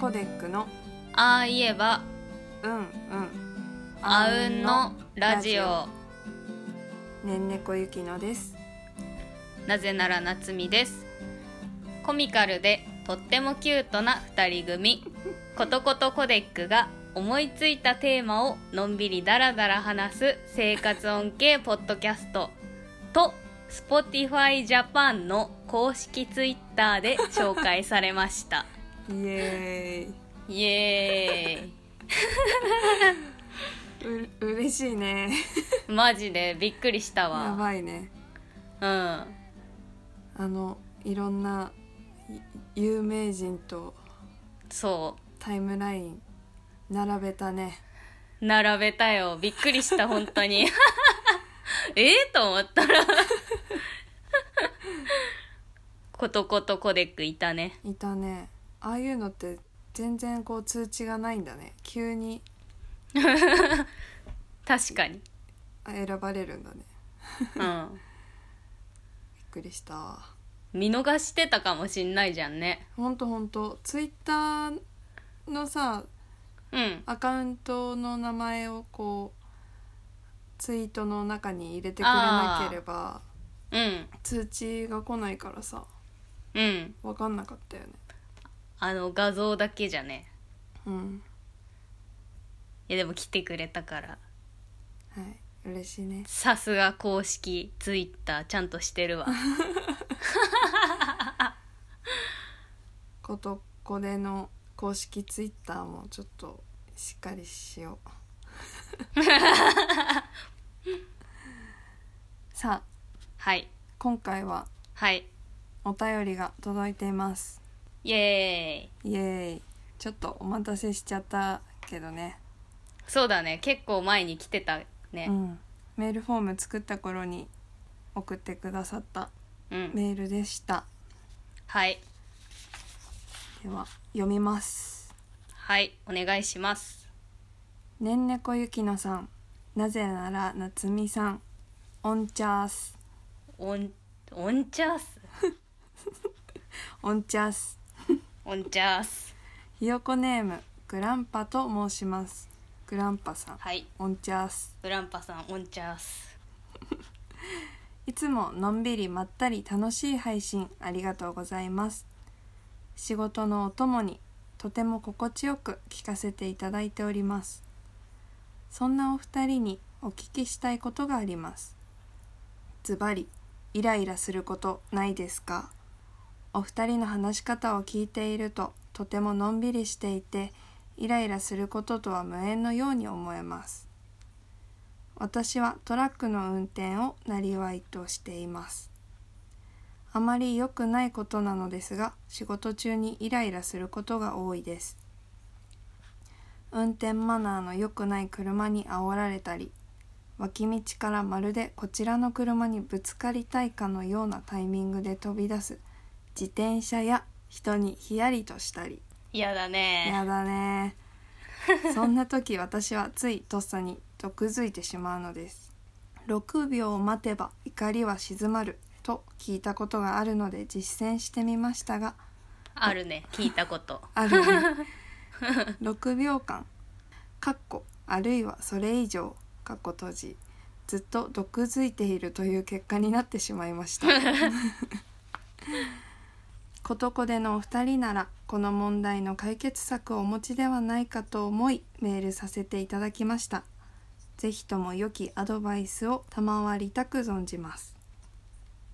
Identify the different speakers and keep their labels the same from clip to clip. Speaker 1: コデックの
Speaker 2: ああ言えば
Speaker 1: うんうん
Speaker 2: あうんのラジオ
Speaker 1: ねんねこゆきのです
Speaker 2: なぜなら夏美ですコミカルでとってもキュートな二人組ことことコデックが思いついたテーマをのんびりダラダラ話す生活音系ポッドキャストと Spotify Japan の公式 Twitter で紹介されました
Speaker 1: イエ
Speaker 2: イエ
Speaker 1: ーイう嬉しいね
Speaker 2: ーイマジでびっくりした
Speaker 1: や
Speaker 2: わ
Speaker 1: ばいね
Speaker 2: うん
Speaker 1: あのいろんない有名人と
Speaker 2: そ
Speaker 1: タイムライン並べたね
Speaker 2: う並べたよびっくりした本当に ええと思ったらことことコデックいたね
Speaker 1: いたねああいうのって全然こう通知がないんだね急に
Speaker 2: 確かに
Speaker 1: あ選ばれるんだね
Speaker 2: うん
Speaker 1: びっくりした
Speaker 2: 見逃してたかもしんないじゃんね
Speaker 1: ほんとほんとツイッターのさ
Speaker 2: うん
Speaker 1: アカウントの名前をこうツイートの中に入れてくれ
Speaker 2: あー
Speaker 1: なければ
Speaker 2: うん
Speaker 1: 通知が来ないからさ
Speaker 2: うん
Speaker 1: 分かんなかったよね
Speaker 2: あの画像だけじゃね
Speaker 1: うん
Speaker 2: いやでも来てくれたから
Speaker 1: はい嬉しいね
Speaker 2: さすが公式ツイッターちゃんとしてるわ
Speaker 1: ことこでの公式ツイッターもちょっとしっかりしようさあ
Speaker 2: はい
Speaker 1: 今回は
Speaker 2: はい
Speaker 1: お便りが届いています
Speaker 2: イエーイ
Speaker 1: イエーイちょっとお待たせしちゃったけどね
Speaker 2: そうだね結構前に来てた
Speaker 1: う
Speaker 2: ね
Speaker 1: ん、メールフォーム作った頃に送ってくださった
Speaker 2: うん
Speaker 1: メールでした
Speaker 2: はい
Speaker 1: では読みます
Speaker 2: はいお願いします
Speaker 1: ねんねこゆきのさんなぜならなつみさんオンチャース
Speaker 2: オンオンチャース
Speaker 1: オンチャース
Speaker 2: オンチャース
Speaker 1: ひよこネームグランパと申しますグランパさん
Speaker 2: はい
Speaker 1: オンチャース
Speaker 2: グランパさんオンチャース
Speaker 1: いつものんびりまったり楽しい配信ありがとうございます仕事のお供にとても心地よく聞かせていただいておりますそんなお二人にお聞きしたいことがありますズバリイライラすることないですかお二人の話し方を聞いているととてものんびりしていてイライラすることとは無縁のように思えます私はトラックの運転をなりわいとしていますあまり良くないことなのですが仕事中にイライラすることが多いです運転マナーの良くない車に煽られたり脇道からまるでこちらの車にぶつかりたいかのようなタイミングで飛び出す自転車や人にヒヤリとしたり
Speaker 2: やだね
Speaker 1: やだねそんな時私はついとっさに毒づいてしまうのです6秒待てば怒りは静まると聞いたことがあるので実践してみましたが
Speaker 2: あるね聞い たこと
Speaker 1: あるね6秒間かっこあるいはそれ以上かっこ閉じずっと毒づいているという結果になってしまいま したことこでのお二人ならこの問題の解決策をお持ちではないかと思いメールさせていただきましたぜひとも良きアドバイスを賜りたく存じます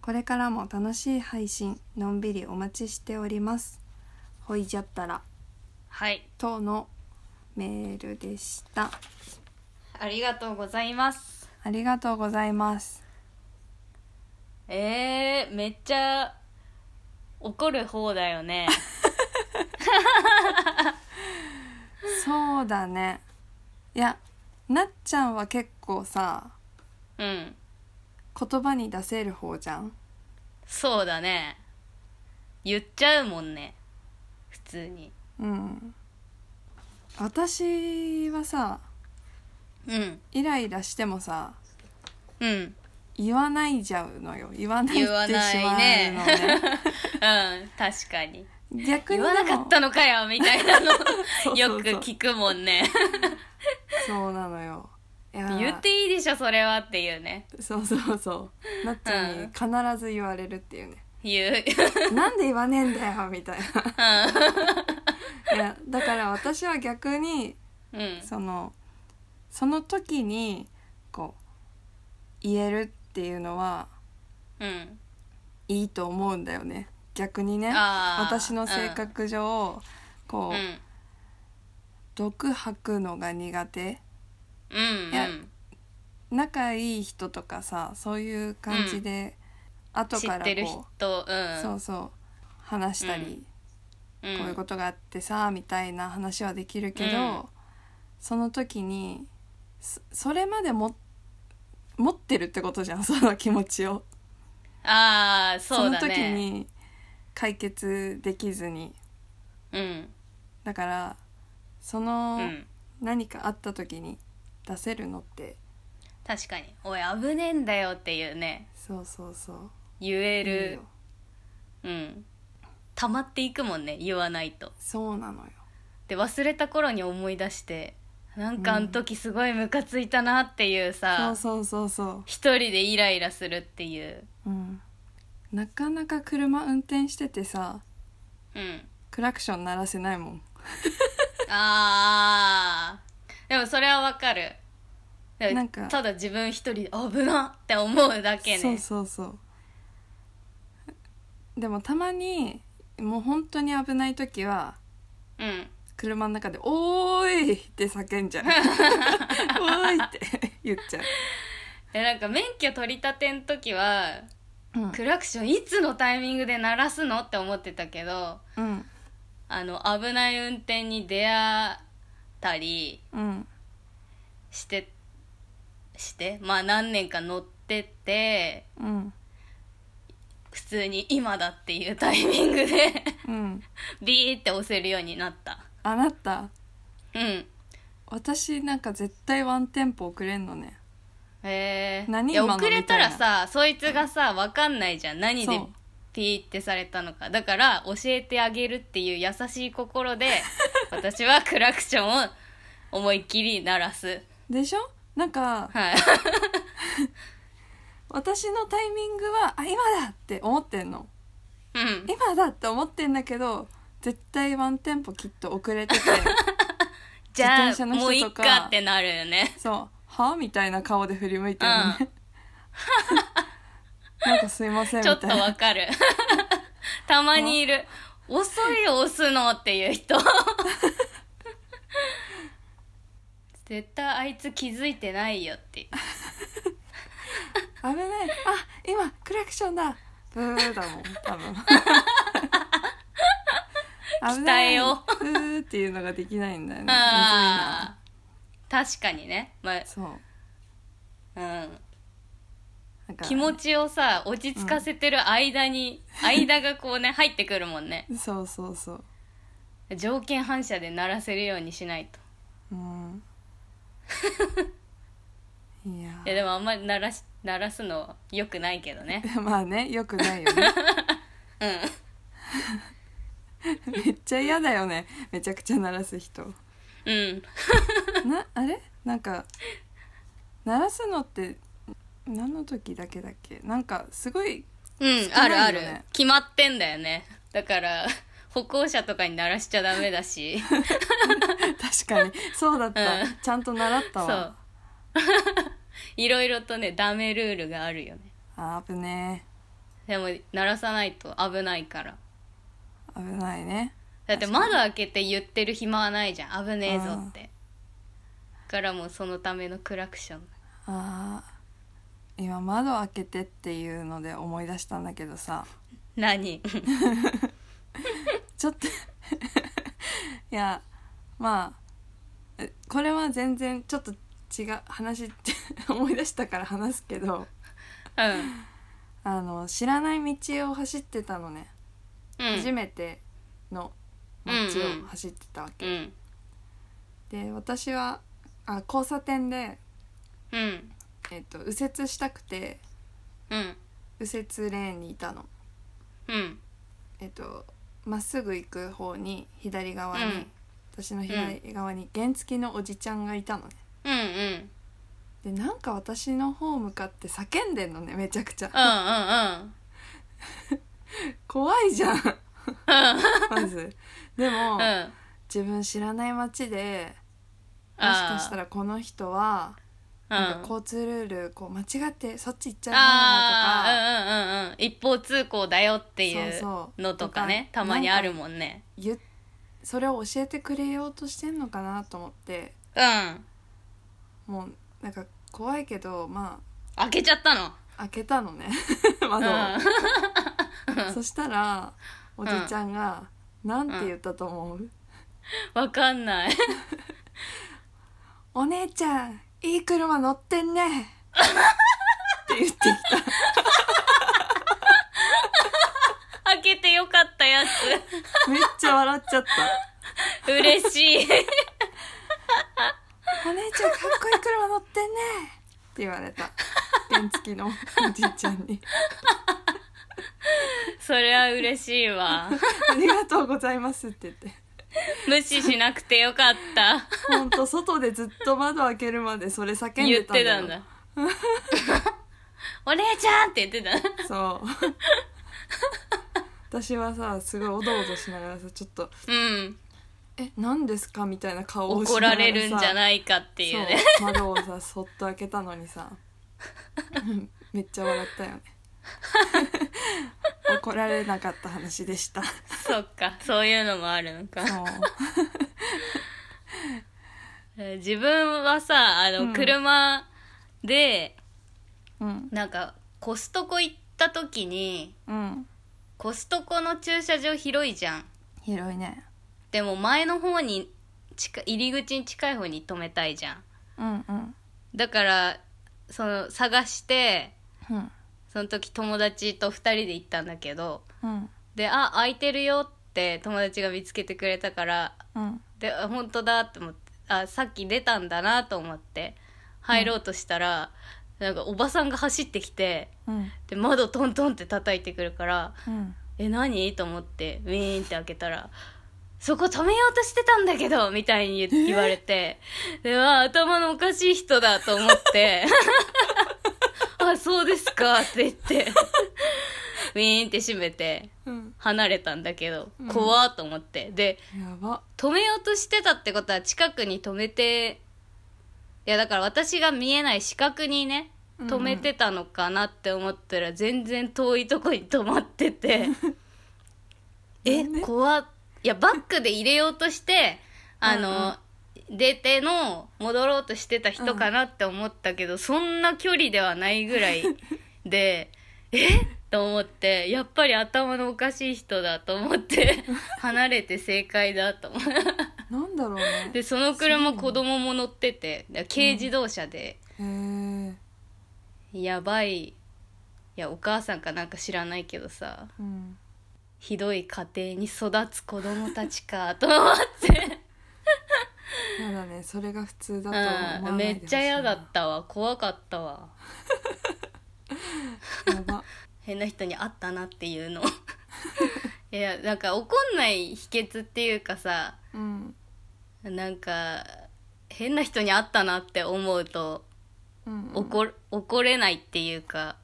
Speaker 1: これからも楽しい配信のんびりお待ちしておりますほいじゃったら
Speaker 2: はい
Speaker 1: とのメールでした
Speaker 2: ありがとうございます
Speaker 1: ありがとうございます
Speaker 2: えー、めっちゃ怒る方だ よね
Speaker 1: そうだねいやなっちゃんは結構さ
Speaker 2: うん
Speaker 1: 言葉に出せる方じゃん
Speaker 2: そうだね言っちゃうもんね普通に
Speaker 1: うん私はさ
Speaker 2: うん
Speaker 1: イライラしてもさ
Speaker 2: うん
Speaker 1: 言わないじゃうのよ言わないってし
Speaker 2: 言
Speaker 1: ま
Speaker 2: わ
Speaker 1: うの
Speaker 2: ない
Speaker 1: ね
Speaker 2: ねうん確かに
Speaker 1: 逆にで
Speaker 2: 言
Speaker 1: も
Speaker 2: わなかったのかよみたいなの
Speaker 1: そうそうそ
Speaker 2: よ
Speaker 1: う
Speaker 2: く聞くもんね
Speaker 1: そうなのよいやー
Speaker 2: 言っていいでしょそれはっていうね
Speaker 1: そうそうそうなっちゃんに必ず言われるっていうね、
Speaker 2: 言う
Speaker 1: なんで言わねえんだよみたいないやだから私は逆に
Speaker 2: うん
Speaker 1: そのその時にこう言えるっていうのは
Speaker 2: うん
Speaker 1: いいと思うんだよね逆にね
Speaker 2: あー
Speaker 1: 私の性格上、こう、
Speaker 2: うん
Speaker 1: 毒吐くのが苦手
Speaker 2: うん
Speaker 1: いや仲いい人とかさそういう感じで、
Speaker 2: うん、
Speaker 1: 後
Speaker 2: 知
Speaker 1: か
Speaker 2: っ
Speaker 1: ら
Speaker 2: てる
Speaker 1: こ
Speaker 2: 人う
Speaker 1: う、
Speaker 2: ん
Speaker 1: そうそう話したり、
Speaker 2: うん
Speaker 1: こういうことがあってさみたいな話はできるけど、
Speaker 2: うん
Speaker 1: その時にそそれまでも持ってるってことじゃんその気持ちを
Speaker 2: ああそうだ
Speaker 1: その時
Speaker 2: ね
Speaker 1: に解決できずに
Speaker 2: うん
Speaker 1: だからそうの
Speaker 2: ん
Speaker 1: 何かあった時に出せるのって、
Speaker 2: 確かに「おい危ねえんだよ」っていうね
Speaker 1: そうそうそう
Speaker 2: 言え
Speaker 1: いい
Speaker 2: る
Speaker 1: よ
Speaker 2: うん溜まっていくもんね言わないと
Speaker 1: そうなのよ
Speaker 2: で忘れた頃に思い出してなんかあの時すごいムカついたなっていうさ、
Speaker 1: そうそうそうそ
Speaker 2: 一人でイライラするっていう
Speaker 1: ううんなかなか車運転しててさ
Speaker 2: うん
Speaker 1: クラクション鳴らせないもん
Speaker 2: あーでもそれはわかるでも
Speaker 1: なんか
Speaker 2: ただ自分一人で危なって思うだけね
Speaker 1: そうそうそうでもたまにもう本当に危ない時は
Speaker 2: うん
Speaker 1: 車の中で「おーい!」って叫んじゃう「おーい!」って言っちゃ
Speaker 2: でなんか免許取り立ての時は
Speaker 1: ううん、
Speaker 2: クラクションいつのタイミングで鳴らすのって思ってたけど
Speaker 1: うん
Speaker 2: あの危ない運転に出会ったり
Speaker 1: うん
Speaker 2: してしてまあ何年か乗ってて
Speaker 1: うん
Speaker 2: 普通に今だっていうタイミングで
Speaker 1: うん
Speaker 2: ビーって押せるようになった
Speaker 1: あなた
Speaker 2: うん
Speaker 1: 私なんか絶対ワンテンポ遅れんのね
Speaker 2: へえ
Speaker 1: 何
Speaker 2: いや
Speaker 1: 今の
Speaker 2: 遅れたら
Speaker 1: み
Speaker 2: さそいつがさ分かんないじゃん何で
Speaker 1: そう
Speaker 2: ピーってされたのかだから教えてあげるっていう優しい 心で私はクラクションを思いっきり鳴らす
Speaker 1: でしょなんか
Speaker 2: はい
Speaker 1: 私のタイミングは「あ今だ!」って思ってんの
Speaker 2: うん
Speaker 1: 今だって思ってんだけど絶対ワンテンポきっと遅れてて
Speaker 2: じゃ
Speaker 1: 自転車
Speaker 2: あ
Speaker 1: の人とか
Speaker 2: もういっかってなるよね
Speaker 1: そう「は?」みたいな顔で振り向いてるのね、 なんかすいませんみ
Speaker 2: ち
Speaker 1: た
Speaker 2: ょ
Speaker 1: い
Speaker 2: っと
Speaker 1: な
Speaker 2: わかる たまにいる遅い押すのってい う人絶対あいつ気づいてないよっていう
Speaker 1: 危ないあ今クラクションだブーだもん多分危ない
Speaker 2: 鍛えよ
Speaker 1: ブーっていうのができないんだよねむずいな
Speaker 2: あー確かにね、ま
Speaker 1: そう
Speaker 2: あうん、
Speaker 1: なんか
Speaker 2: 気持ちをさ落ち着かせてる間に、間がこうね入ってくるもんね
Speaker 1: そうそうそう
Speaker 2: 条件反射で鳴らせるようにしないと
Speaker 1: うん いや
Speaker 2: いやでもあんまり鳴らし鳴らすのは良くないけどね
Speaker 1: まあねよくないよ ね
Speaker 2: うん
Speaker 1: めっちゃ嫌だよねめちゃくちゃ鳴らす人
Speaker 2: うん
Speaker 1: なあれなんか鳴らすのって何の時だけだっけなんかすごい
Speaker 2: うん、
Speaker 1: 少
Speaker 2: ある
Speaker 1: な
Speaker 2: あ
Speaker 1: いよ
Speaker 2: る
Speaker 1: ね
Speaker 2: 決まってんだよねだから歩行者とかに鳴らしちゃダメだし
Speaker 1: 確かにそうだった、
Speaker 2: うん
Speaker 1: ちゃんと習った
Speaker 2: そ
Speaker 1: わ
Speaker 2: ういろいろとねダメルールがあるよね
Speaker 1: あー危ね
Speaker 2: でも鳴らさないと危ないから
Speaker 1: え危ないね
Speaker 2: だって窓開けて言ってる暇はないじゃん危ねえぞってだからもうそのためのクラクション
Speaker 1: あー今窓開けてっていうので思い出したんだけどさ
Speaker 2: 何
Speaker 1: ちょっと いやまあえこれは全然ちょっと違う話思い出したから話すけど
Speaker 2: うん
Speaker 1: あの知らない道を走ってたのね、
Speaker 2: うん
Speaker 1: 初めての街
Speaker 2: うんうん
Speaker 1: を走ってたわけ、
Speaker 2: うん
Speaker 1: で私はあ交差点で、
Speaker 2: うん
Speaker 1: えっと右折したくて
Speaker 2: うん
Speaker 1: 右折レーンにいたの。
Speaker 2: うん
Speaker 1: えっとまっすぐ行く方に左側に、
Speaker 2: うん
Speaker 1: 私の左側に原付きのおじちゃんがいたのね
Speaker 2: うんうんうん
Speaker 1: でなんか私の方向かって叫んでんのねめちゃくちゃ、
Speaker 2: うん
Speaker 1: 怖いじゃん まずでも、
Speaker 2: うんうん
Speaker 1: 自分知らない街でもしかしたらこの人はなんか
Speaker 2: うん
Speaker 1: 交通ルールこう間違ってそっち行っちゃうなとか
Speaker 2: あーうんうんうんうん一方通行だよってい
Speaker 1: そうう
Speaker 2: のとかねたまにあるもんね
Speaker 1: ゆそれを教えてくれようとしてんのかなと思って
Speaker 2: うん
Speaker 1: もうなんか怖いけどま
Speaker 2: 開けちゃったの
Speaker 1: あ開けたのね 窓を、そしたらおじちゃんが、なんて言ったと思う、
Speaker 2: うんわかんない
Speaker 1: お姉ちゃんいい車乗ってんねって言ってきた
Speaker 2: 開けてよかったや
Speaker 1: めっちゃ笑っちゃった
Speaker 2: つ嬉し
Speaker 1: 「
Speaker 2: い
Speaker 1: お姉ちゃんかっこいい車乗ってんね」って言われた原付きのおじいちゃんに
Speaker 2: それは嬉しい
Speaker 1: 「
Speaker 2: わ
Speaker 1: ありがとうございます」って言って
Speaker 2: 無視しなくてよかった
Speaker 1: ほんと外でずっと窓開けるまでそれ叫ん
Speaker 2: 言っ
Speaker 1: でたんだ
Speaker 2: て
Speaker 1: よ
Speaker 2: たんだお姉ちゃんって言ってた
Speaker 1: そう私はさすごいおどおどしながらさちょっと
Speaker 2: うん
Speaker 1: 「え何ですか?」みたいな顔をし
Speaker 2: 怒
Speaker 1: なが
Speaker 2: ら
Speaker 1: らさ
Speaker 2: れるんじゃないかっていうね
Speaker 1: そう窓をさそっと開けたのに さうんめっちゃ笑 ったよね怒られなかった話でした
Speaker 2: そっかそういうのもあるのか
Speaker 1: そう
Speaker 2: えー自分はさあの、
Speaker 1: うん
Speaker 2: 車で
Speaker 1: うん
Speaker 2: なんかコストコ行った時に
Speaker 1: うん
Speaker 2: コストコの駐車場広いじゃん
Speaker 1: 広いね
Speaker 2: でも前の方に近入り口に近い方に止めたいじゃん
Speaker 1: うんうん
Speaker 2: だからその探して
Speaker 1: うん
Speaker 2: その時友達と2人で行ったんだけど
Speaker 1: うん
Speaker 2: であ空いてるよって友達が見つけてくれたから
Speaker 1: うん
Speaker 2: であ本当だって思ってあさっき出たんだなと思って入ろうとしたら、なんかおばさんが走ってきて
Speaker 1: うん
Speaker 2: で窓トントンって叩いてくるから
Speaker 1: うん
Speaker 2: 「え何?」と思ってウィーンって開けたら「そこ止めようとしてたんだけど」みたいに言言われてでわあ頭のおかしい人だと思って 「あそうですか」って言ってウィーンって閉めて
Speaker 1: うん
Speaker 2: 離れたんだけど
Speaker 1: うん
Speaker 2: 怖っと思ってで
Speaker 1: やば
Speaker 2: 止めようとしてたってことは近くに止めていやだから私が見えない視覚にね
Speaker 1: うん
Speaker 2: 止めてたのかなって思ったら全然遠いとこに止まっ ててえ
Speaker 1: なんで
Speaker 2: 怖っいやバックで入れようとしてあ
Speaker 1: うんう
Speaker 2: の出ての戻ろうとしてた人かなって思ったけど、そんな距離ではないぐらいで えと思ってやっぱり頭のおかしい人だと思って 離れて正解だと思って
Speaker 1: なんだろうね
Speaker 2: でその車子供も乗ってて軽自動車で、
Speaker 1: へえ
Speaker 2: やばいいやお母さんかなんか知らないけどさ
Speaker 1: うん
Speaker 2: ひどい家庭に育つ子供たちかと思って、
Speaker 1: やだねそれが普通だとは思わ
Speaker 2: うん、
Speaker 1: な
Speaker 2: め
Speaker 1: いでほし
Speaker 2: っ
Speaker 1: いな
Speaker 2: ちゃ嫌だったわ怖かったわ
Speaker 1: やば
Speaker 2: 変な人に会ったなっていうの いやなんか怒んない秘訣っていうかさ
Speaker 1: うん
Speaker 2: なんか変な人に会ったなって思うと
Speaker 1: うんうん
Speaker 2: 怒,、怒れないっていうか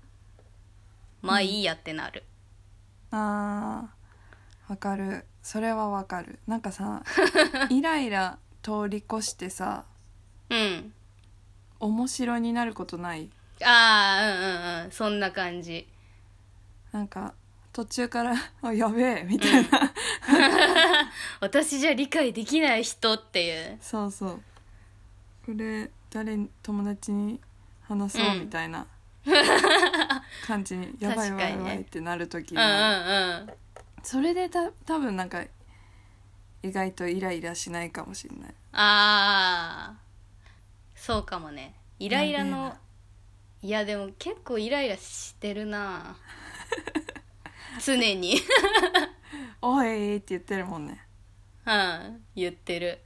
Speaker 2: まあいいやってなる、
Speaker 1: あーわかるそれはわかるなんか さイライラ通り越してさ
Speaker 2: うん
Speaker 1: 面白になることない
Speaker 2: ああうんうんうんそんな感じ
Speaker 1: なんか途中から「あやべえ」みたいな、
Speaker 2: 私じゃ理解できない人っていう
Speaker 1: そうそうこれ誰に友達に話そう
Speaker 2: うん
Speaker 1: みたいな感じに「やばいやばいや
Speaker 2: 確
Speaker 1: ば
Speaker 2: か
Speaker 1: い」
Speaker 2: にね
Speaker 1: ってなる時
Speaker 2: う
Speaker 1: き
Speaker 2: んうんうん
Speaker 1: それでた多分なんか意外とイライラしないかもしれない
Speaker 2: ああそうかもねイライラ
Speaker 1: やべえ
Speaker 2: の
Speaker 1: ない
Speaker 2: やでも結構イライラしてるな常に
Speaker 1: 「おい!」って言ってるもんね
Speaker 2: うん言ってる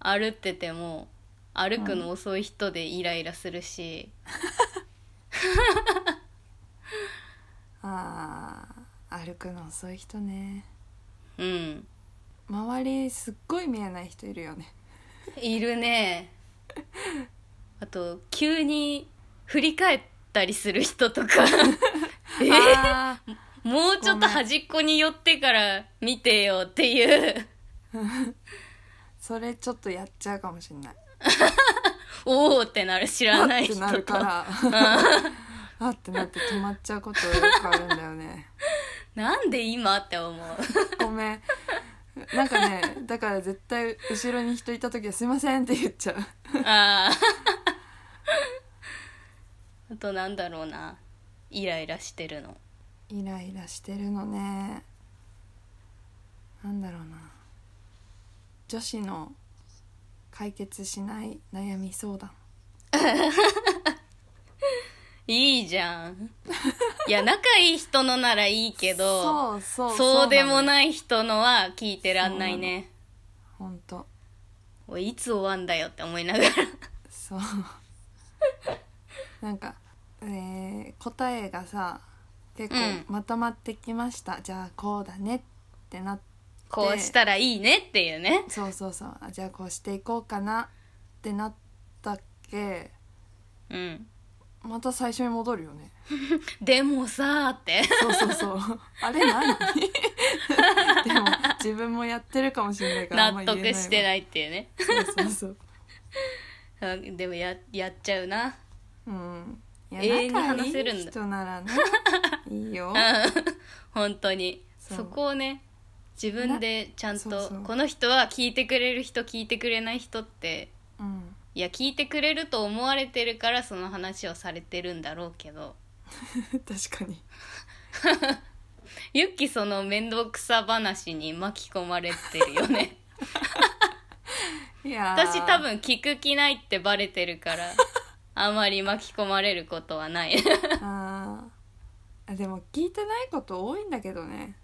Speaker 2: 歩ってても歩くの遅い人でイライラするし、
Speaker 1: あー歩くの遅い人ね
Speaker 2: うん
Speaker 1: 周りすっごい見えない人いるよね
Speaker 2: いるねあと急に振り返ったりする人とかえ
Speaker 1: あー
Speaker 2: もうちょっと端っこに寄ってから見てよっていう
Speaker 1: それちょっとやっちゃうかもしれない
Speaker 2: おおってなる知らない人
Speaker 1: あってなる
Speaker 2: と
Speaker 1: から あってなって止まっちゃうことよくあるんだよね
Speaker 2: なんで今って 思う
Speaker 1: ごめんなんかねだから絶対後ろに人いた時は「すいません」って言っちゃう
Speaker 2: ああ あとなんだろうなイライラしてるの
Speaker 1: イライラしてるのねなんだろうな女子の解決しない悩み相談
Speaker 2: いいじゃ んいや仲いい人のならいいけど
Speaker 1: そうそう
Speaker 2: そうでも
Speaker 1: い
Speaker 2: ない人のは聞いてらんないね
Speaker 1: 本当
Speaker 2: おいいつ終わんだよって思いながら
Speaker 1: そうなんか、えー答えがさ結構
Speaker 2: うん
Speaker 1: まとまってきました、じゃあこうだねってなって
Speaker 2: こうしたらいいねっていうね
Speaker 1: そうそうそうあじゃあこうしていこうかなってなったっけ
Speaker 2: うん
Speaker 1: また最初に戻るよね
Speaker 2: でもさーって
Speaker 1: そうそう そうあれ何 でも自分もやってるかもしれないからあんま
Speaker 2: 納
Speaker 1: 言え
Speaker 2: 得して
Speaker 1: い
Speaker 2: ないっていうね
Speaker 1: わそうそうそう
Speaker 2: あでもややっちゃうな
Speaker 1: うんいや
Speaker 2: 永遠に
Speaker 1: 仲いい
Speaker 2: 話せるんだ
Speaker 1: 人なら ねいいよ
Speaker 2: 本当に
Speaker 1: そう
Speaker 2: そこをね自分でちゃんと
Speaker 1: なそうそう
Speaker 2: この人は聞いてくれる人聞いてくれない人って
Speaker 1: うん
Speaker 2: いや聞いてくれると思われてるからその話をされてるんだろうけど
Speaker 1: 確かに
Speaker 2: ユッキその面倒くさ話に巻き込まれてるよ ね
Speaker 1: いやー
Speaker 2: 私多分聞く気ないってバレてるから あまり巻き込まれることはない
Speaker 1: あーあでも聞いてないこと多いんだけどね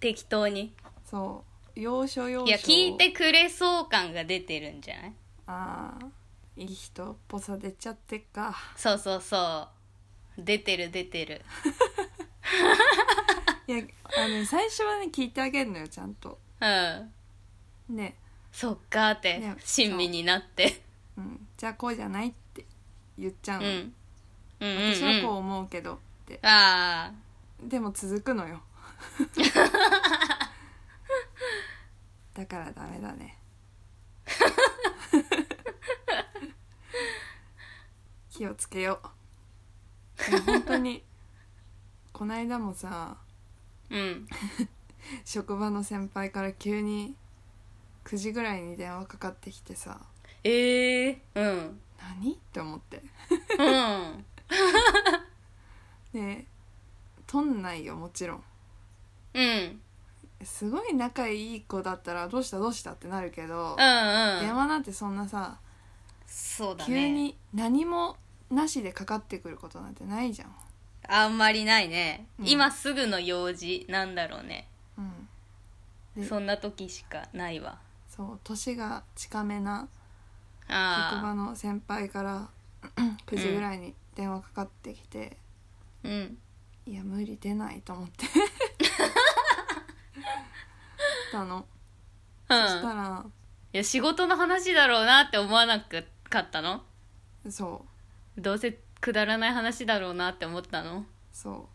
Speaker 2: 適当に
Speaker 1: そう要所要所
Speaker 2: いや聞いてくれそう感が出てるんじゃない
Speaker 1: ああいい人っぽさ出ちゃってっか
Speaker 2: そうそうそう出てる出てる
Speaker 1: いやあの最初はね聞いてあげるのよちゃんと
Speaker 2: うん
Speaker 1: ね、
Speaker 2: そっかーって
Speaker 1: ね
Speaker 2: 親身になって
Speaker 1: うん、じゃあこうじゃないって言っちゃう
Speaker 2: う
Speaker 1: の、
Speaker 2: んうんうん
Speaker 1: 私はこう
Speaker 2: うん
Speaker 1: 思うけどって
Speaker 2: あ
Speaker 1: でも続くのよだからダメだね気をつけよういや本当にこないだもさ
Speaker 2: ーうん
Speaker 1: 職場の先輩から急に9時ぐらいに電話かかってきてさ
Speaker 2: ええー、
Speaker 1: 「何?」って思って
Speaker 2: うんうん
Speaker 1: でとんないよもちろん
Speaker 2: うん
Speaker 1: すごい仲いい子だったら「どうしたどうした?」ってなるけど、
Speaker 2: うんう
Speaker 1: 電
Speaker 2: ん
Speaker 1: 話なんてそんなさ、
Speaker 2: そうだ
Speaker 1: 急
Speaker 2: ね
Speaker 1: に何もなしでかかってくることなんてないじゃん、
Speaker 2: あんまりないね、
Speaker 1: うん
Speaker 2: 今すぐの用事なんだろうね
Speaker 1: うん、で
Speaker 2: そんな時しかないわ
Speaker 1: そう年が近めな職場
Speaker 2: あ
Speaker 1: の先輩から9 時ぐらいに電話かかってきて
Speaker 2: あうん
Speaker 1: 「いや無理出ない」と思って たの、
Speaker 2: う
Speaker 1: そした
Speaker 2: ん
Speaker 1: ら
Speaker 2: いや仕事の話だろうなって思わなかったの
Speaker 1: そう
Speaker 2: どうせくだらない話だろうなって思ったの
Speaker 1: そ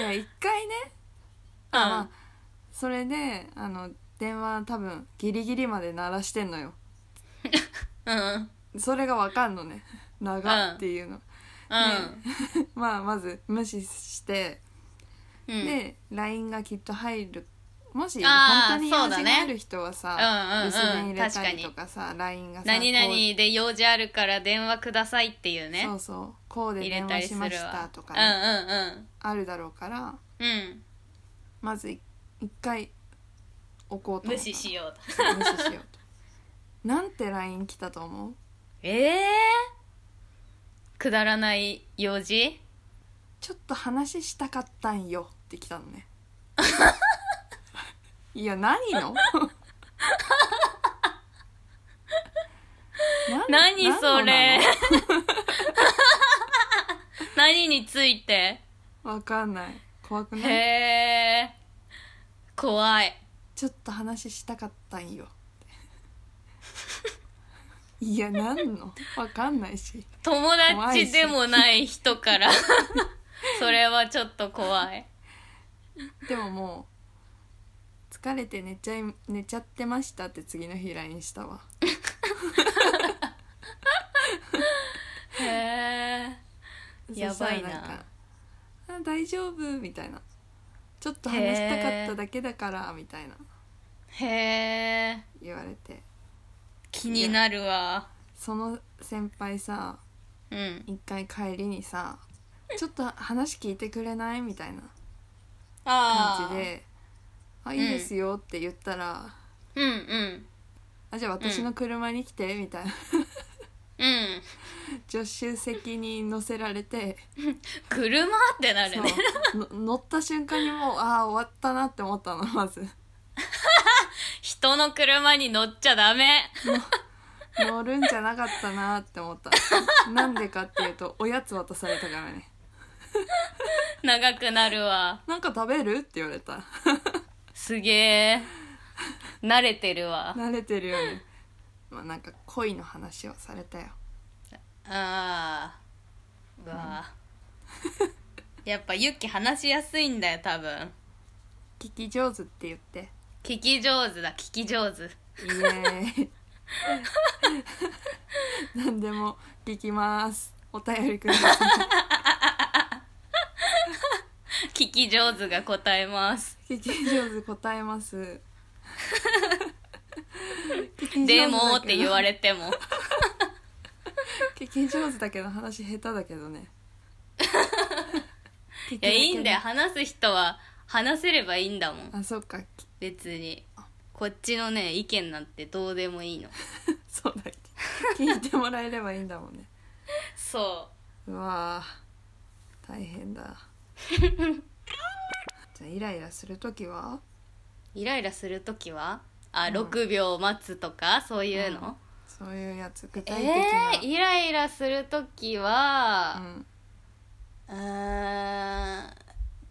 Speaker 1: う いや一回ね、まあ
Speaker 2: あ
Speaker 1: それであの電話多分ギリギリまで鳴らしてんのよ
Speaker 2: うんうん
Speaker 1: それがわかんの ね「長」っていうの、 まあまず無視して、
Speaker 2: うんうん
Speaker 1: で LINE がきっと入るもし
Speaker 2: あー
Speaker 1: 本当に
Speaker 2: そう
Speaker 1: 用
Speaker 2: だ
Speaker 1: 事
Speaker 2: ね
Speaker 1: がある人はさ、
Speaker 2: うんうんうん
Speaker 1: 留守電入れたりとかさ LINE がさ
Speaker 2: 何々
Speaker 1: こう
Speaker 2: で用事あるから電話くださいっていうね
Speaker 1: そうそうこうで
Speaker 2: 入れ
Speaker 1: 電
Speaker 2: た
Speaker 1: 話
Speaker 2: りす
Speaker 1: し
Speaker 2: るわ
Speaker 1: ましたとか、ねあるだろうから
Speaker 2: うんうんうん
Speaker 1: まずい一回置こうと
Speaker 2: う
Speaker 1: 思っ
Speaker 2: ん無
Speaker 1: た
Speaker 2: 視しようと
Speaker 1: 無視しようとなんて LINE 来たと思う
Speaker 2: ええー、くだらない 用事
Speaker 1: ちょっと話したかったんよって来たのね いや何の なん
Speaker 2: 何そ
Speaker 1: 何
Speaker 2: れ
Speaker 1: のな
Speaker 2: 何について
Speaker 1: のわかんない怖く
Speaker 2: へ
Speaker 1: ない
Speaker 2: え怖い
Speaker 1: ちょっと話したかったんよいやなんのわかんないし
Speaker 2: 友達でもない人からそれはちょっと怖い
Speaker 1: でももう疲れて寝ちゃい寝ちゃってましたって次の日 LINE したわ
Speaker 2: へえやばい
Speaker 1: そ
Speaker 2: な
Speaker 1: したらんかあ大丈夫みたいなちょっと話したかっただけだからみたいな
Speaker 2: へえ
Speaker 1: 言われて
Speaker 2: 気になるわ
Speaker 1: その先輩さ
Speaker 2: うん
Speaker 1: 一回帰りにさちょっと話聞いてくれないみたいな
Speaker 2: あ
Speaker 1: 感
Speaker 2: あ
Speaker 1: じで「あいいですよ」って言ったら「
Speaker 2: うんうん
Speaker 1: あじゃあ私の車に来て」みたいな
Speaker 2: うん
Speaker 1: 助手席に乗せられて
Speaker 2: 車ってなるね
Speaker 1: そうの乗った瞬間にもうああ終わったなって思ったのまず
Speaker 2: 人の車に乗っちゃダメ
Speaker 1: 乗るんじゃなかったなって思ったなんでかっていうとおやつ渡されたからね
Speaker 2: 長くなるわ
Speaker 1: なんか食べるって言われた
Speaker 2: すげえ慣れてるわ
Speaker 1: 慣れてるよねまあなんか恋の話をされたよ
Speaker 2: あーうわーやっぱユッキ話しやすいんだよ多分
Speaker 1: 聞き上手って言って
Speaker 2: 聞き上手だ聞き上手
Speaker 1: イエーイ何でも聞きますお便りください
Speaker 2: 聞き上手が答えます
Speaker 1: 聞き上手答えます聞き上手だけど
Speaker 2: でもって言われても
Speaker 1: 聞き上手だけど話下手だけどね
Speaker 2: いやいいんだよ話す人は話せればいいんだもん
Speaker 1: あそっかき
Speaker 2: 別にこっちのね意見なんてどうでもいいの
Speaker 1: そうだっけ聞いてもらえればいいんだもんね
Speaker 2: そう
Speaker 1: わー大変だ じゃあイライラする時は
Speaker 2: うイライラする時はあ、六6秒待つとかそういうの、
Speaker 1: そういうやつ具体的
Speaker 2: え
Speaker 1: な、
Speaker 2: ー、イライラする時は、
Speaker 1: うん、
Speaker 2: うーん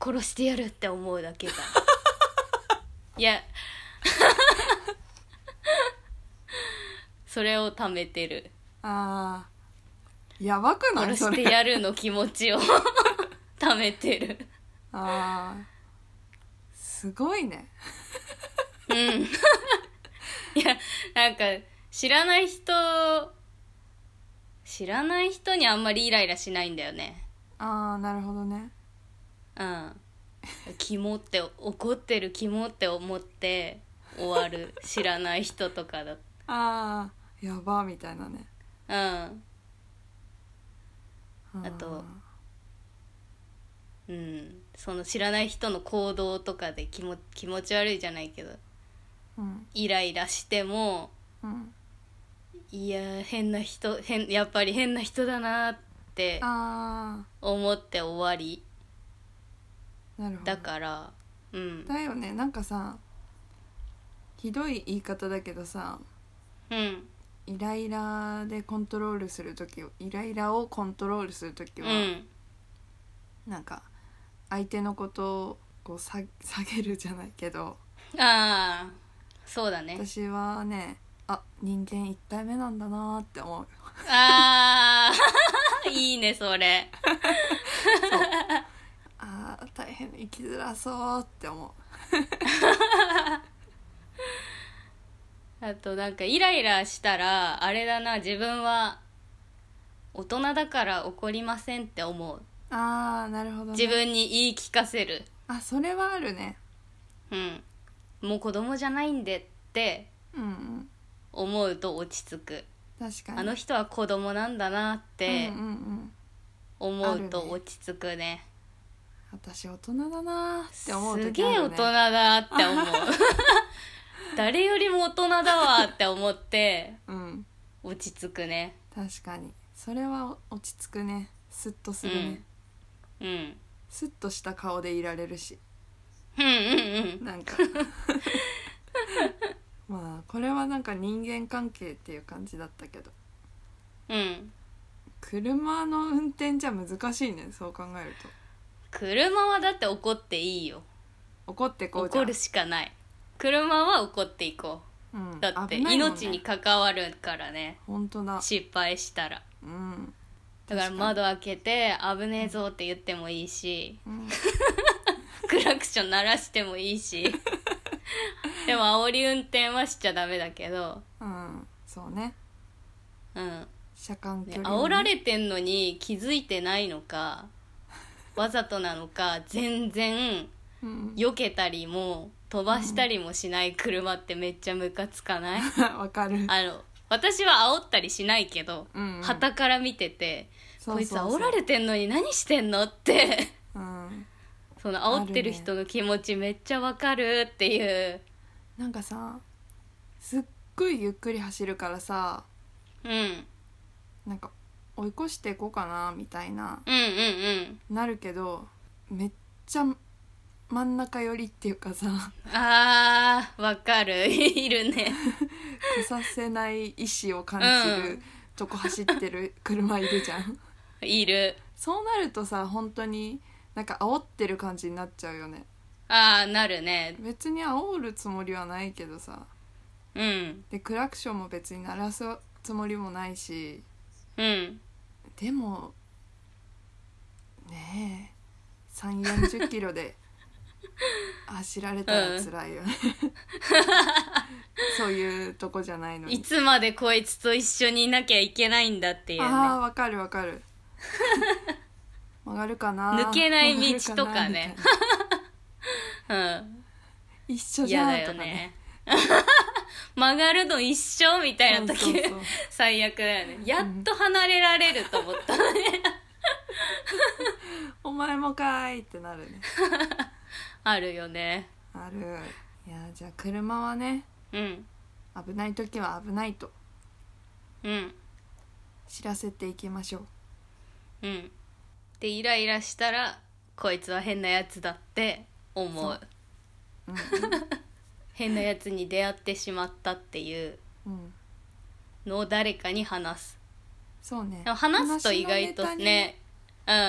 Speaker 2: 殺してやるって思うだ けだいや それを貯めてる
Speaker 1: あーやばくな
Speaker 2: 殺
Speaker 1: いそ
Speaker 2: し
Speaker 1: れ
Speaker 2: てやるの気持 ちを 貯めてる
Speaker 1: あーすごいね
Speaker 2: うんいや なんか知らない人知らない人にあんまりイライラしないんだよね
Speaker 1: ああなるほどね
Speaker 2: うん肝って怒ってる肝って思って終わる知らない人とかだと
Speaker 1: ああやばみたいなね
Speaker 2: うん
Speaker 1: あ
Speaker 2: あとうん、その知らない人の行動とかで気も気持ち悪いじゃないけど
Speaker 1: うん
Speaker 2: イライラしても
Speaker 1: うん
Speaker 2: いやー変な人変やっぱり変な人だなーって
Speaker 1: あ
Speaker 2: 思って終わり
Speaker 1: あなるほど
Speaker 2: だからうん
Speaker 1: だよねなんかさひどい言い方だけどさ
Speaker 2: うん
Speaker 1: イライラでコントロールする時をイライラをコントロールする時
Speaker 2: う
Speaker 1: は、
Speaker 2: ん
Speaker 1: なんか相手のことをこう下下げるじゃないけど
Speaker 2: ああそうだね
Speaker 1: 私はねあ人間一回目なんだなーって思 う
Speaker 2: ああ いいねそれ
Speaker 1: あー大変生きづらそうって思
Speaker 2: あとなんかイライラしたらあれだな自分は大人だから怒りませんって思う
Speaker 1: うあーなるほど、ね、
Speaker 2: 自分に言い聞かせる
Speaker 1: あそれはあるね
Speaker 2: うん、もう子供じゃないんでって
Speaker 1: うんうん
Speaker 2: 思うと落ち着く
Speaker 1: 確かに
Speaker 2: あの人は子供なんだなっ
Speaker 1: うん
Speaker 2: て
Speaker 1: うんうん
Speaker 2: 思う
Speaker 1: ある
Speaker 2: と
Speaker 1: ね
Speaker 2: 落ち着くね,、
Speaker 1: 私大人だなーって思う
Speaker 2: す
Speaker 1: 時
Speaker 2: げ
Speaker 1: あ
Speaker 2: え
Speaker 1: る、
Speaker 2: 大
Speaker 1: ね、
Speaker 2: 人だって思う 誰よりも大人だわって思って
Speaker 1: うん
Speaker 2: 落ち着くね
Speaker 1: 確かにそれはお落ち着くねスッとするね、
Speaker 2: うんうん
Speaker 1: スッとした顔でいられるし
Speaker 2: うんうんうん
Speaker 1: なんか まあこれはなんか人間関係っていう感じだったけど
Speaker 2: うん
Speaker 1: 車の運転じゃ難しいねそう考えると
Speaker 2: 車はだって怒っていいよ
Speaker 1: 怒ってこうじゃん
Speaker 2: 怒るしかない車は怒っていこ
Speaker 1: うん
Speaker 2: うだって
Speaker 1: 危ないもんね
Speaker 2: 命に関わるからね
Speaker 1: 本当だ
Speaker 2: 失敗したら
Speaker 1: うん
Speaker 2: だから
Speaker 1: 確
Speaker 2: 窓開けて「危ねえぞ」って言ってもいいし
Speaker 1: かにうん
Speaker 2: クラクション鳴らしてもい いしでも煽り運転はしちゃダメだけど
Speaker 1: うんそうね
Speaker 2: うん
Speaker 1: 車間距
Speaker 2: ね、
Speaker 1: 離をね
Speaker 2: 煽られてんのに気づいてないのか わざとなのか全然
Speaker 1: うん
Speaker 2: 避けたりも飛ばしたりもしない車ってめっちゃムカつかない
Speaker 1: わかる
Speaker 2: あの私は煽ったりしないけど
Speaker 1: うんうん
Speaker 2: 傍から見てて、
Speaker 1: そうそうそう
Speaker 2: こいつ煽られてんのに何してんのって
Speaker 1: うん
Speaker 2: その煽ってる人の気持ちめっちゃわかるっていう、
Speaker 1: なんかさすっごいゆっくり走るからさなんか追い越していこうかなみたいな
Speaker 2: うん、うんうん
Speaker 1: なるけどめっちゃ真ん中寄りっていうかさ
Speaker 2: うんあーわかる いるね
Speaker 1: 来させない意志を感じ
Speaker 2: う
Speaker 1: るとこ走ってる車いるじゃん
Speaker 2: いる
Speaker 1: そうなるとさ本当になんか煽ってる感じになっちゃうよね
Speaker 2: ああなるね
Speaker 1: 別に煽るつもりはないけどさ
Speaker 2: うん
Speaker 1: でクラクションも別に鳴らすつもりもないし
Speaker 2: うん
Speaker 1: でもねえ3 4 0キロで走られたら辛いよね、 そういうとこじゃないの
Speaker 2: い
Speaker 1: に、
Speaker 2: つまでこいつと一緒にいなきゃいけないんだっていうね
Speaker 1: ああわかるわか る曲がるかな
Speaker 2: 抜けない道とかね
Speaker 1: 曲がるかなみたいな
Speaker 2: うん
Speaker 1: 一緒じ
Speaker 2: 嫌
Speaker 1: ゃん
Speaker 2: だ
Speaker 1: とか
Speaker 2: よ
Speaker 1: ね
Speaker 2: ね 曲がるの一緒みたいな時
Speaker 1: そうそうそう
Speaker 2: 最悪だよねやっと離れられると思った、
Speaker 1: お前もかいってなるね
Speaker 2: あるよね
Speaker 1: あるいやじゃあ車はね
Speaker 2: うん
Speaker 1: 危ない時は危ないと
Speaker 2: うん
Speaker 1: 知らせていきましょう
Speaker 2: うんでイライラしたらこいつは変なやつだって思う
Speaker 1: うん
Speaker 2: 変なやつに出会ってしまったっていう
Speaker 1: うん
Speaker 2: のを誰かに話す
Speaker 1: そうね
Speaker 2: でも話すと意外と
Speaker 1: 話のネタに
Speaker 2: ねうんうん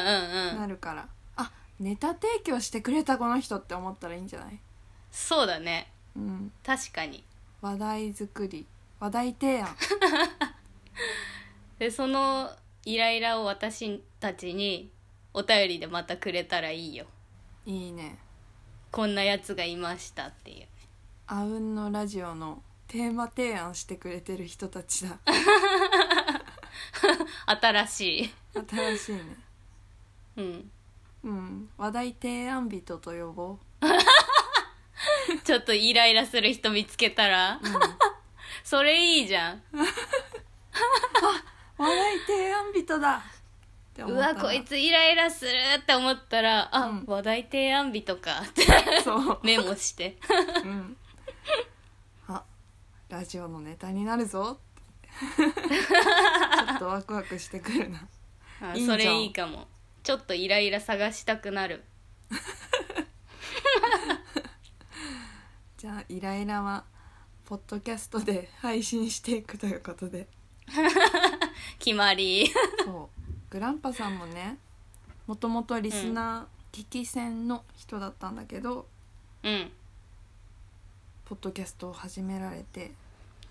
Speaker 2: うん
Speaker 1: なるから、あネタ提供してくれたこの人って思ったらいいんじゃない、
Speaker 2: そうだね
Speaker 1: うん、
Speaker 2: 確かに
Speaker 1: 話題作り話題提 案
Speaker 2: でそのイライラを私たちにお便りでまたくれたらいいよ
Speaker 1: いいね
Speaker 2: こんなやつがいましたっていう
Speaker 1: あうんのラジオのテーマ提案してくれてる人たちだ
Speaker 2: 新しい
Speaker 1: 新しいね
Speaker 2: うん
Speaker 1: うん話題提案人と呼ぼう、
Speaker 2: ちょっとイライラする人見つけたら
Speaker 1: うん、
Speaker 2: それいいじゃん
Speaker 1: 話題提案人だって
Speaker 2: う
Speaker 1: 思った
Speaker 2: わ
Speaker 1: ら
Speaker 2: こいつイライラするって思ったらあ、
Speaker 1: うん
Speaker 2: 話題提案日と かって
Speaker 1: そう、
Speaker 2: メモして
Speaker 1: うん、あラジオのネタになるぞちょっとワクワクしてくるな
Speaker 2: あ
Speaker 1: いいじゃ
Speaker 2: そ
Speaker 1: ん
Speaker 2: れいいかもちょっとイライラ探したくなる
Speaker 1: じゃあイライラはポッドキャストで配信していくということで
Speaker 2: 決 まり
Speaker 1: そうグランパさんもねもともとリスナー聞き戦の人だったんだけど、
Speaker 2: うん
Speaker 1: ポッドキャストを始められてっ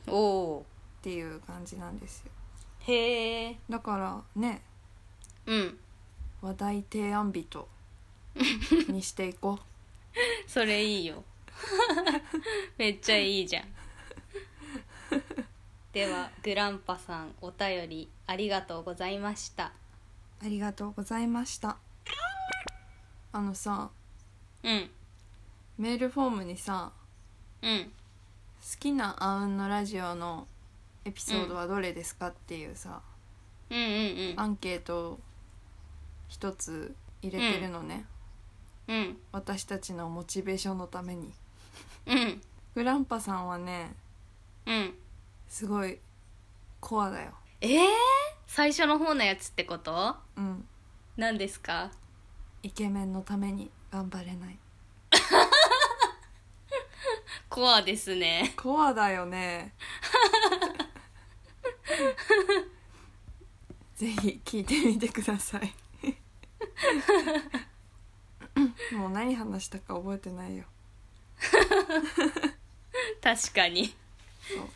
Speaker 2: おお
Speaker 1: ていう感じなんですよ
Speaker 2: ーへえ
Speaker 1: だからね
Speaker 2: うん
Speaker 1: 話題提案人にしていこ
Speaker 2: それいいよ めっちゃいいじゃんではグランパさんお便りありがとうございました
Speaker 1: うありがとうございましたあのさ
Speaker 2: うん
Speaker 1: メールフォームにさ
Speaker 2: う
Speaker 1: 好
Speaker 2: ん
Speaker 1: きなあうんのラジオのエピソードはどれですかっていうさ、
Speaker 2: うんうん
Speaker 1: アンケートを一つ入れてるのね、
Speaker 2: うんうん
Speaker 1: 私たちのモチベーションのために
Speaker 2: うん
Speaker 1: グランパさんはね
Speaker 2: うん
Speaker 1: すごいコアだよ
Speaker 2: えー、最初の方のやつってこと
Speaker 1: うん
Speaker 2: 何ですか
Speaker 1: イケメンのために頑張れない
Speaker 2: コアですね
Speaker 1: コアだよね ぜひ聞いてみてくださ いもう何話したか覚えてないよ
Speaker 2: 確かに
Speaker 1: そう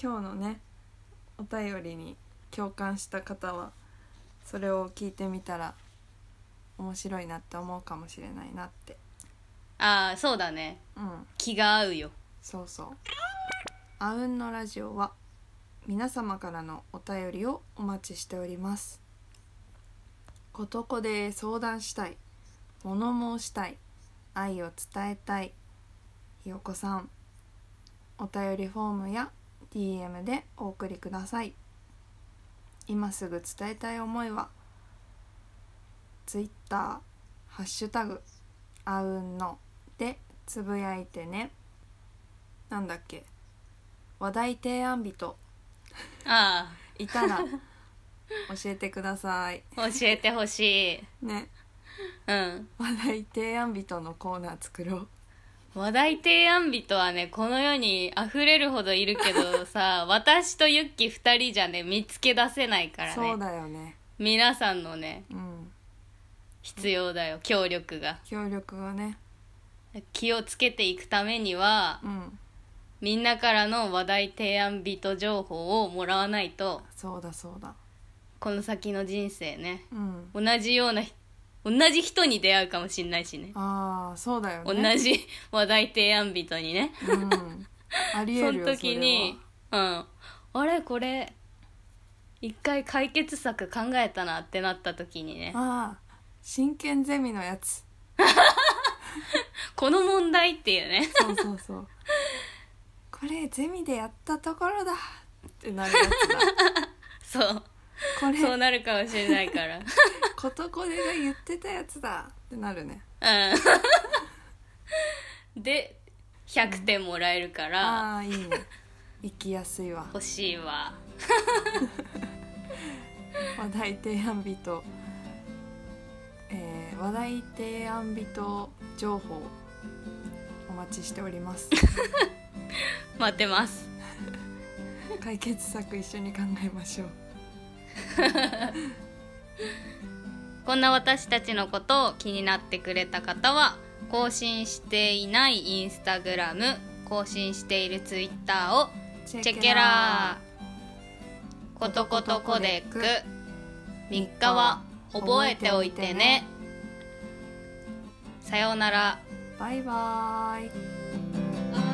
Speaker 1: 今日のねお便りに共感した方はそれを聞いてみたら面白いなって思うかもしれないなって
Speaker 2: ああそうだね
Speaker 1: うん
Speaker 2: 気が合うよ
Speaker 1: そうそうあうんのラジオは皆様からのお便りをお待ちしておりますことこで相談したい物申したい愛を伝えたいひよこさんお便りフォームや DM でお送りください今すぐ伝えたい思いは Twitter「ハッシュタグあうんの」でつぶやいてねなんだっけ話題提案人
Speaker 2: あ
Speaker 1: いた ら教えてください
Speaker 2: あ教えてほしい
Speaker 1: ね
Speaker 2: うん
Speaker 1: 話題提案人のコーナー作ろう
Speaker 2: 話題提案人はねこの世に溢れるほどいるけ どさ私とユッキ2人じゃね見つけ出せないから
Speaker 1: そう
Speaker 2: ね
Speaker 1: だよね
Speaker 2: 皆さんのね
Speaker 1: うん
Speaker 2: 必要だよ協力が
Speaker 1: 協力をね
Speaker 2: 気をつけていくためには
Speaker 1: うん
Speaker 2: みんなからの話題提案人情報をもらわないと
Speaker 1: そうだそうだ
Speaker 2: この先の人生ね
Speaker 1: うん
Speaker 2: 同じようなひ同じ人に出会うかもしんないしね
Speaker 1: ああそうだよ
Speaker 2: 同
Speaker 1: ね
Speaker 2: じ話題提案人にね
Speaker 1: 同じうんありえ
Speaker 2: そ
Speaker 1: るよ
Speaker 2: の時にうんあれこれ一回解決策考えたなってなった時にね
Speaker 1: それはああ真剣ゼミのやつ
Speaker 2: この問題っていうね
Speaker 1: そうそうそうこれゼミでやったところだってなるや つだ
Speaker 2: そう
Speaker 1: これ
Speaker 2: そうなるかもしれないから
Speaker 1: ことこでが言ってたやつだってなるね
Speaker 2: うん で100点もらえるから
Speaker 1: ああーいいね行きやすいわ
Speaker 2: 欲しいわ
Speaker 1: 話題提案人えー、話題提案人情報お待ちしており ます
Speaker 2: 待ってます
Speaker 1: 解決策一緒に考えましょう
Speaker 2: こんな私たちのことを気になってくれた方は更新していないインスタグラム更新しているツイッターを
Speaker 1: チ
Speaker 2: チェケラーことことコデック3日は覚えておいてねさようなら
Speaker 1: バイバーイ
Speaker 2: 「